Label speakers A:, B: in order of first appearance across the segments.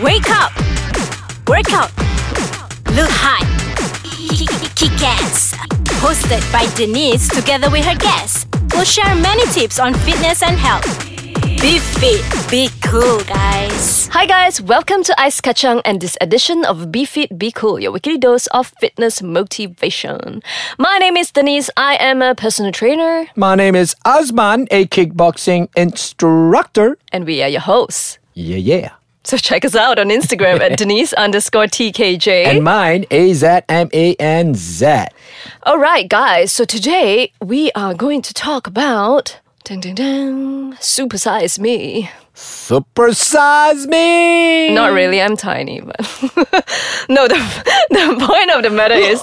A: Wake up! Work out! Look hot! Kick ass! Hosted by Denise together with her guests. We'll share many tips on fitness and health. Be fit, be cool, guys.
B: Hi guys, welcome to Ice Kachang and this edition of Be Fit, Be Cool, your weekly dose of fitness motivation. My name is Denise. I am a personal trainer,
C: My name is Osman, a kickboxing instructor.
B: and we are your hosts.
C: Yeah, yeah.
B: So check us out on Instagram at Denise underscore TKJ.
C: And mine is at M A N Z.
B: All right, guys. So today we are going to talk about dun, dun, dun, supersize me.
C: Supersize me.
B: Not really. I'm tiny, but no. The the point of the matter is.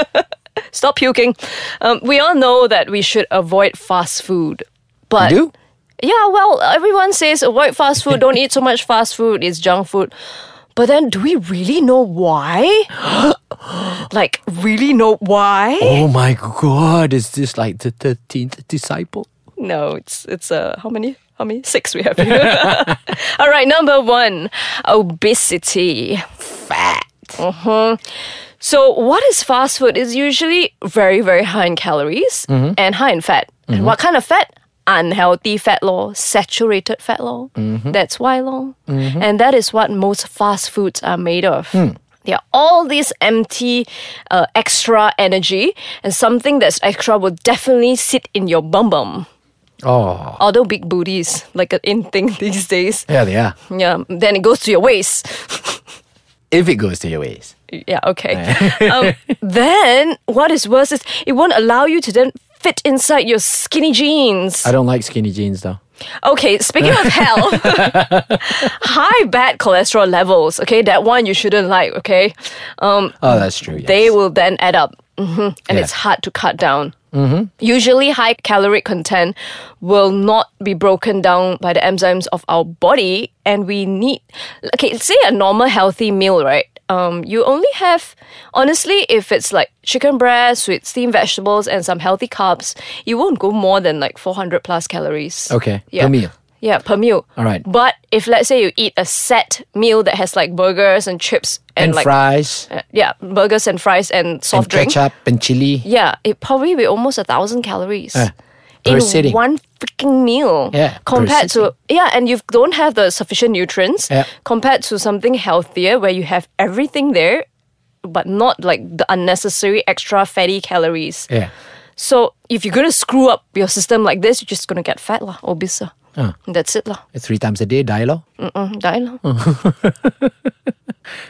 B: Stop puking. Um, we all know that we should avoid fast food, but
C: You do?
B: yeah, well, everyone says avoid fast food. Don't eat so much fast food. It's junk food. But then, do we really know why? like, really know why?
C: Oh my God! Is this like the thirteenth disciple?
B: No, it's it's uh how many how many six we have here. All right, number one, obesity, fat. hmm So what is fast food? Is usually very very high in calories and high in fat. And what kind of fat? Unhealthy fat law, saturated fat law. That's why law, and that is what most fast foods are made of. Yeah, all this empty uh, extra energy and something that's extra will definitely sit in your bum bum
C: Oh,
B: although big booties like an in thing these days
C: yeah, they are.
B: yeah then it goes to your waist
C: If it goes to your waist.
B: yeah okay um, then what is worse is it won't allow you to then fit inside your skinny jeans
C: I don't like skinny jeans though.
B: okay speaking of hell high bad cholesterol levels okay that one you shouldn't like okay um
C: Oh, that's true. Yes.
B: they will then add up hmm and
C: Yeah.
B: it's hard to cut down. Mm-hmm. Usually, high caloric content will not be broken down by the enzymes of our body, and we need okay. Say a normal healthy meal, right? Um, you only have honestly, if it's like chicken breast with steamed vegetables and some healthy carbs, you won't go more than like four hundred plus calories.
C: Okay, per meal.
B: Yeah, per meal.
C: All right.
B: But if let's say you eat a set meal that has like burgers and chips and,
C: and
B: like
C: fries
B: uh, yeah, burgers and fries and soft
C: and
B: drink.
C: ketchup and chili.
B: Yeah, it probably be almost a thousand calories
C: per
B: in
C: sitting.
B: one freaking meal.
C: Yeah, per
B: compared to yeah, and you don't have the sufficient nutrients
C: Yeah.
B: compared to something healthier where you have everything there, but not like the unnecessary extra fatty calories.
C: Yeah.
B: So if you're gonna screw up your system like this, you're just gonna get fat lah, obese. lah.
C: Ah.
B: That's it lah.
C: Three times a day, dialogue.
B: Mm-mm, die lah.
C: Mm.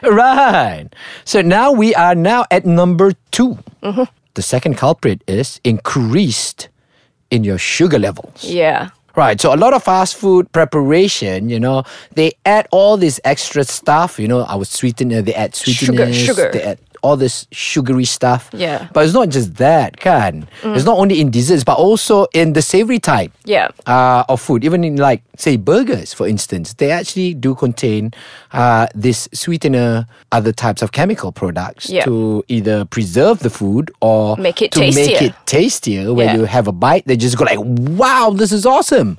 C: Right. So now we are now at number 2 The second culprit is increased in your sugar levels.
B: Yeah.
C: Right. So a lot of fast food preparation, you know, they add all this extra stuff. You know, our sweetener, they add sweeteners,
B: sugar.
C: they add all this sugary stuff.
B: Yeah.
C: But it's not just that, can. It's not only in desserts, but also in the savory type
B: Yeah.
C: uh, of food, even in like say burgers, for instance, they actually do contain uh, this sweetener, other types of chemical products
B: Yeah.
C: to either preserve the food or
B: Make it
C: to make
B: tastier.
C: it tastier. Where
B: Yeah.
C: you have a bite, they just go like, "Wow, this is awesome!"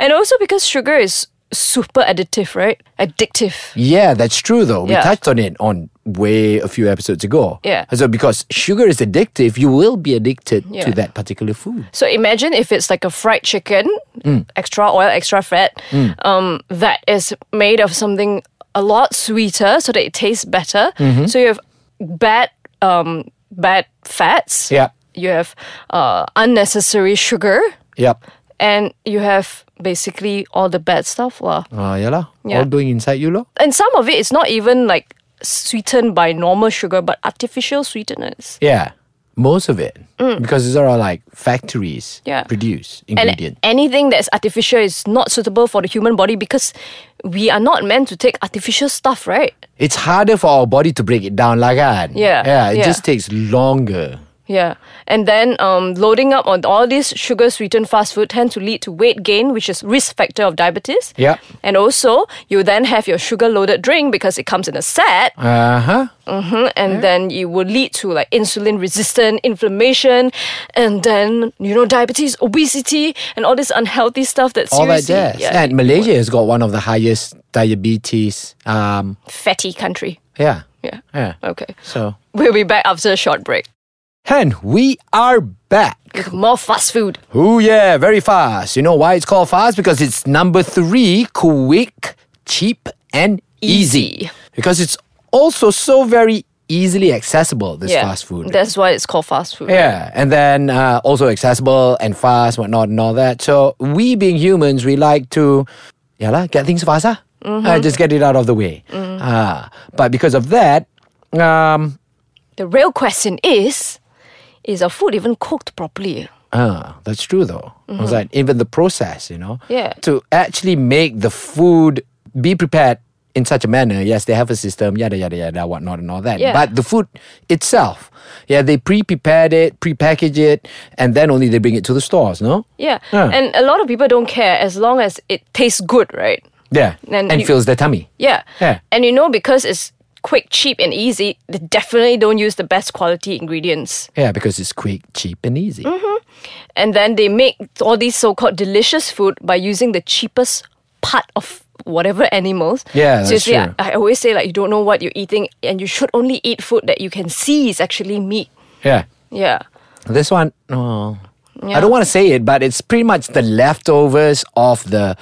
B: And also because sugar is super additive, right? Addictive.
C: Yeah, that's true though. We
B: Yeah.
C: touched on it on way a few episodes ago.
B: Yeah.
C: So because sugar is addictive, you will be addicted
B: Yeah.
C: to that particular food.
B: So imagine if it's like a fried chicken, extra oil, extra fat, um, that is made of something a lot sweeter so that it tastes better. So you have bad um, bad fats.
C: Yeah.
B: You have uh, unnecessary sugar
C: Yep.
B: and you have basically all the bad stuff. lah.
C: Ah, yeah lah.
B: Yeah.
C: All going inside you, lor.
B: And some of it is not even like sweetened by normal sugar but artificial sweeteners.
C: Yeah, most of it because these are all like factories
B: Mm. Yeah.
C: produce
B: and
C: ingredient.
B: anything that's artificial is not suitable for the human body because we are not meant to take artificial stuff, right?
C: it's harder for our body to break it down, like that.
B: Yeah,
C: yeah, it
B: yeah.
C: just takes longer.
B: Yeah. And then um, loading up on all these sugar sweetened fast food tend to lead to weight gain, which is risk factor of diabetes.
C: Yeah.
B: And also you then have your sugar loaded drink because it comes in a set
C: Uh huh.
B: mhm, and then it will lead to like insulin resistant inflammation and then you know diabetes, obesity and all this unhealthy stuff that's
C: All that jazz.
B: yeah,
C: and Malaysia has got one of the highest diabetes. Um,
B: fatty country.
C: yeah.
B: Yeah. Oh.
C: Yeah.
B: Okay.
C: So,
B: We'll be back after a short break.
C: and we are back.
B: More fast food.
C: Oh yeah, very fast. You know why it's called fast? Because it's number three: quick, cheap, and easy.
B: Easy.
C: Because it's also so very easily accessible. This fast food.
B: That's why it's called fast food.
C: yeah, and then uh, also accessible and fast, whatnot, and all that. So we, being humans, we like to, yeah, lah, get things faster. Uh, just get it out of the way. Ah, but because of that, um,
B: The real question is is our food even cooked properly?
C: Ah, that's true though. I was like, even the process, you know?
B: Mm-hmm. Yeah.
C: To actually make the food be prepared in such a manner, yes, they have a system, yada, yada, yada, whatnot, and all that.
B: Yeah.
C: But the food itself, yeah, they pre prepared it, pre package it, and then only they bring it to the stores, no?
B: Yeah.
C: Yeah.
B: And a lot of people don't care as long as it tastes good, right?
C: Yeah.
B: Then
C: And,
B: you-
C: fills their tummy.
B: Yeah.
C: Yeah.
B: And you know, because it's quick, cheap, and easy, they definitely don't use the best quality ingredients.
C: Yeah, because it's quick, cheap, and easy.
B: Mm-hmm. And then they make all these so called delicious food by using the cheapest part of whatever animals.
C: Yeah, that's
B: Seriously,
C: true.
B: I, I always say, like, you don't know what you're eating, and you should only eat food that you can see is actually meat.
C: Yeah.
B: Yeah.
C: This one, oh,
B: Yeah.
C: I don't want to say it, but it's pretty much the leftovers of the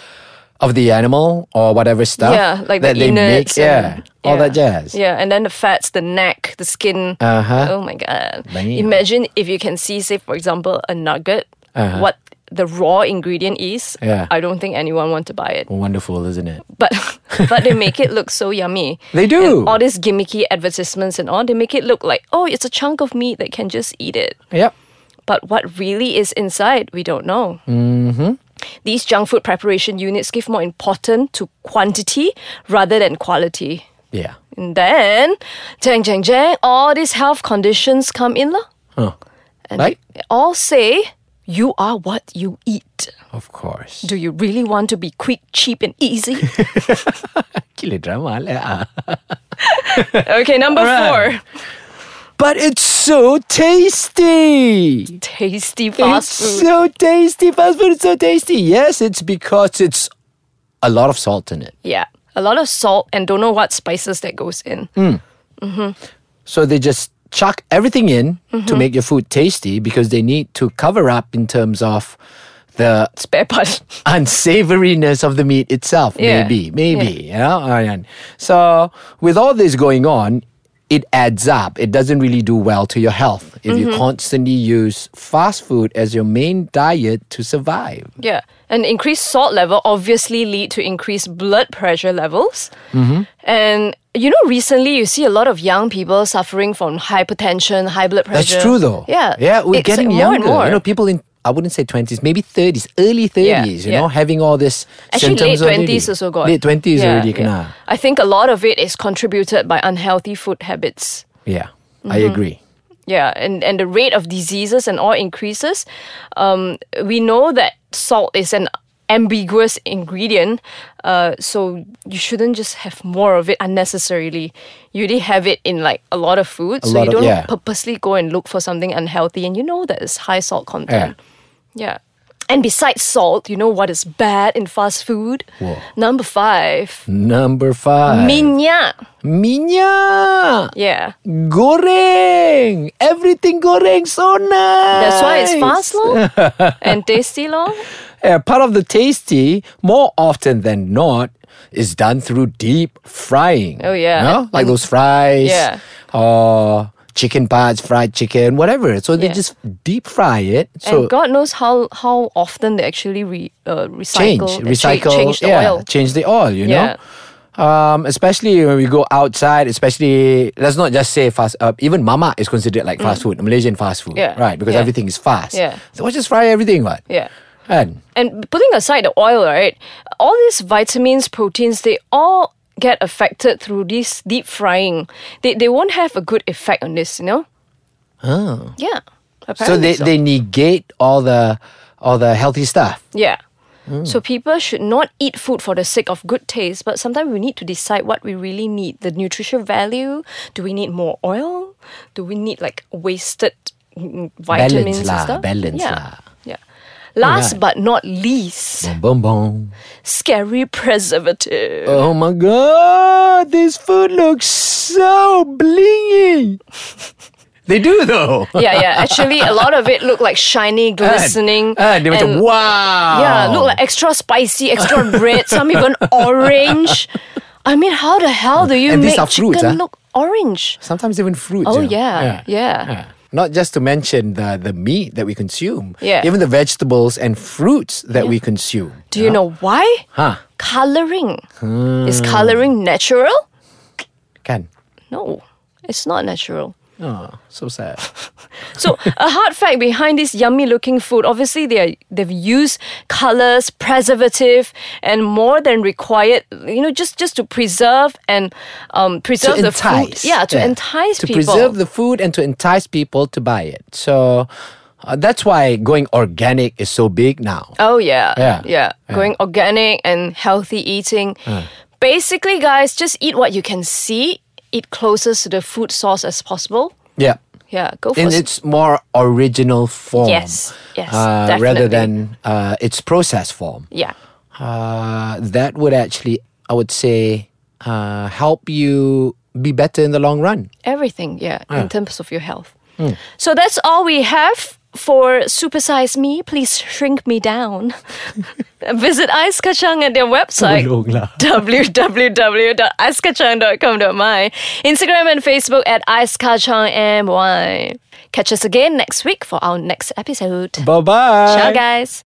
C: of the animal or whatever stuff.
B: Yeah, like the
C: that they make.
B: innards
C: Yeah,
B: and-
C: all that
B: yeah.
C: jazz.
B: Yeah, and then the fats, the neck, the skin.
C: Uh-huh.
B: Oh my god!
C: Damn.
B: Imagine if you can see, say for example, a nugget, what the raw ingredient is.
C: Uh-huh. Yeah.
B: I don't think anyone want to buy it,
C: Wonderful, isn't it?
B: but but they make it look so yummy.
C: They do.
B: And all these gimmicky advertisements and all, they make it look like oh, it's a chunk of meat that can just eat it.
C: Yep.
B: But what really is inside, we don't know. Mm-hmm. These junk food preparation units give more importance to quantity rather than quality.
C: Yeah.
B: And then, jang, jang, jang, all these health conditions come in. lah.
C: Huh.
B: And
C: Like?
B: they all say, you are what you eat.
C: Of course.
B: Do you really want to be quick, cheap, and easy?
C: Gila drama ah. lah.
B: okay, number
C: Alright.
B: four
C: But it's so tasty.
B: tasty fast
C: it's
B: food.
C: so tasty. Fast food is so tasty. Yes, it's because it's a lot of salt in it.
B: Yeah, a lot of salt and don't know what spices that goes in.
C: Mm. So they just chuck everything in to
B: Mm-hmm.
C: make your food tasty because they need to cover up in terms of the
B: Spare part.
C: unsavoriness of the meat itself.
B: Yeah.
C: Maybe, maybe, you know. And So with all this going on, it adds up. It doesn't really do well to your health if you
B: Mm-hmm.
C: constantly use fast food as your main diet to survive.
B: Yeah, and increased salt level obviously lead to increased blood pressure levels. Mm-hmm. And you know, recently you see a lot of young people suffering from hypertension, high blood pressure.
C: That's true, though.
B: Yeah,
C: yeah, we're
B: it's
C: getting
B: like more and
C: younger.
B: more.
C: You know, people in I wouldn't say twenties, maybe thirties, early thirties. you
B: yeah.
C: know, having all this
B: Actually, late
C: symptoms
B: twenties
C: already.
B: also got
C: late twenties
B: Yeah,
C: already.
B: yeah.
C: Kena.
B: I think a lot of it is contributed by unhealthy food habits.
C: Yeah, I
B: Mm-hmm.
C: agree.
B: Yeah, and, and the rate of diseases and all increases. Um, we know that salt is an ambiguous ingredient, uh, so you shouldn't just have more of it unnecessarily. You already have it in like a lot of food, so
C: lot
B: you
C: of-
B: don't
C: yeah.
B: purposely go and look for something unhealthy, and you know that it's high salt
C: Yeah.
B: content. Yeah. And besides salt, you know what is bad in fast food?
C: Whoa.
B: Number five,
C: Number five.
B: minyak.
C: Minyak.
B: Yeah.
C: Goreng. Everything goreng. So nice.
B: That's why it's fast long and tasty long.
C: Yeah, Eh, part of the tasty, more often than not, is done through deep frying.
B: Oh, yeah.
C: You know? Like those fries.
B: Yeah.
C: Or chicken parts, fried chicken, whatever. So they
B: Yeah.
C: just deep fry it. So
B: and God knows how how often they actually re, uh,
C: change,
B: recycle, uh, cha-
C: recycle,
B: change the
C: yeah,
B: oil.
C: change the oil. You know, um, especially when we go outside. Especially let's not just say fast. Uh, even mama is considered like fast food, Malaysian fast food,
B: Mm. Yeah,
C: right? Because
B: yeah.
C: everything is fast.
B: Yeah.
C: so we just fry everything, what?
B: Yeah.
C: and
B: And putting aside the oil, right? All these vitamins, proteins, they all get affected through this deep frying. They they won't have a good effect on this, you know. Oh. Yeah.
C: so
B: Apparently
C: they,
B: so.
C: they negate all the all the healthy stuff.
B: Yeah.
C: Mm.
B: So people should not eat food for the sake of good taste, but sometimes we need to decide what we really need. The nutrition value. Do we need more oil? Do we need like wasted mm, vitamins and
C: lah,
B: stuff?
C: balance
B: yeah.
C: lah.
B: Yeah. Last but
C: Alright.
B: not least,
C: Boom, boom, boom.
B: scary preservative.
C: Oh my god, this food looks so blingy. they do though.
B: yeah, yeah. Actually, a lot of it look like shiny, glistening.
C: Ah, Eh, they macam,
B: and-
C: wow.
B: Yeah, look like extra spicy, extra red, some even orange. I mean, how the hell do you
C: And
B: make
C: these are fruits,
B: chicken
C: ah?
B: look orange?
C: sometimes even fruit.
B: Oh,
C: you know.
B: yeah, yeah.
C: Not just to mention the the meat that we consume.
B: Yeah.
C: Even the vegetables and fruits that we consume.
B: Do you know why?
C: Huh?
B: Coloring.
C: Hmm.
B: Is coloring natural?
C: Can.
B: No, it's not natural.
C: Oh, so sad.
B: So, a hard fact behind this yummy looking food obviously, they are, they've used colors, preservative, and more than required, you know, just, just to preserve and um, preserve
C: to
B: the
C: entice.
B: food. Yeah, to entice
C: to
B: people.
C: preserve the food and to entice people to buy it. So uh, that's why going organic is so big now.
B: Oh yeah.
C: Yeah.
B: Going organic and healthy eating. Basically, guys, just eat what you can see. Eat closest to the food source as possible.
C: yeah.
B: Yeah, go for
C: In
B: it.
C: its more original form.
B: Yes, yes,
C: uh, rather
B: definitely.
C: than uh, its processed form.
B: Yeah.
C: Uh, that would actually, I would say, uh, help you be better in the long run.
B: Everything, yeah, in terms of your health.
C: Hmm.
B: So that's all we have for Supersize Me. Please shrink me down. Visit Ice Kachang at their website. www.icekachang.com.my Instagram and Facebook at icekachangmy. Catch us again next week for our next episode.
C: Bye bye.
B: Ciao, guys.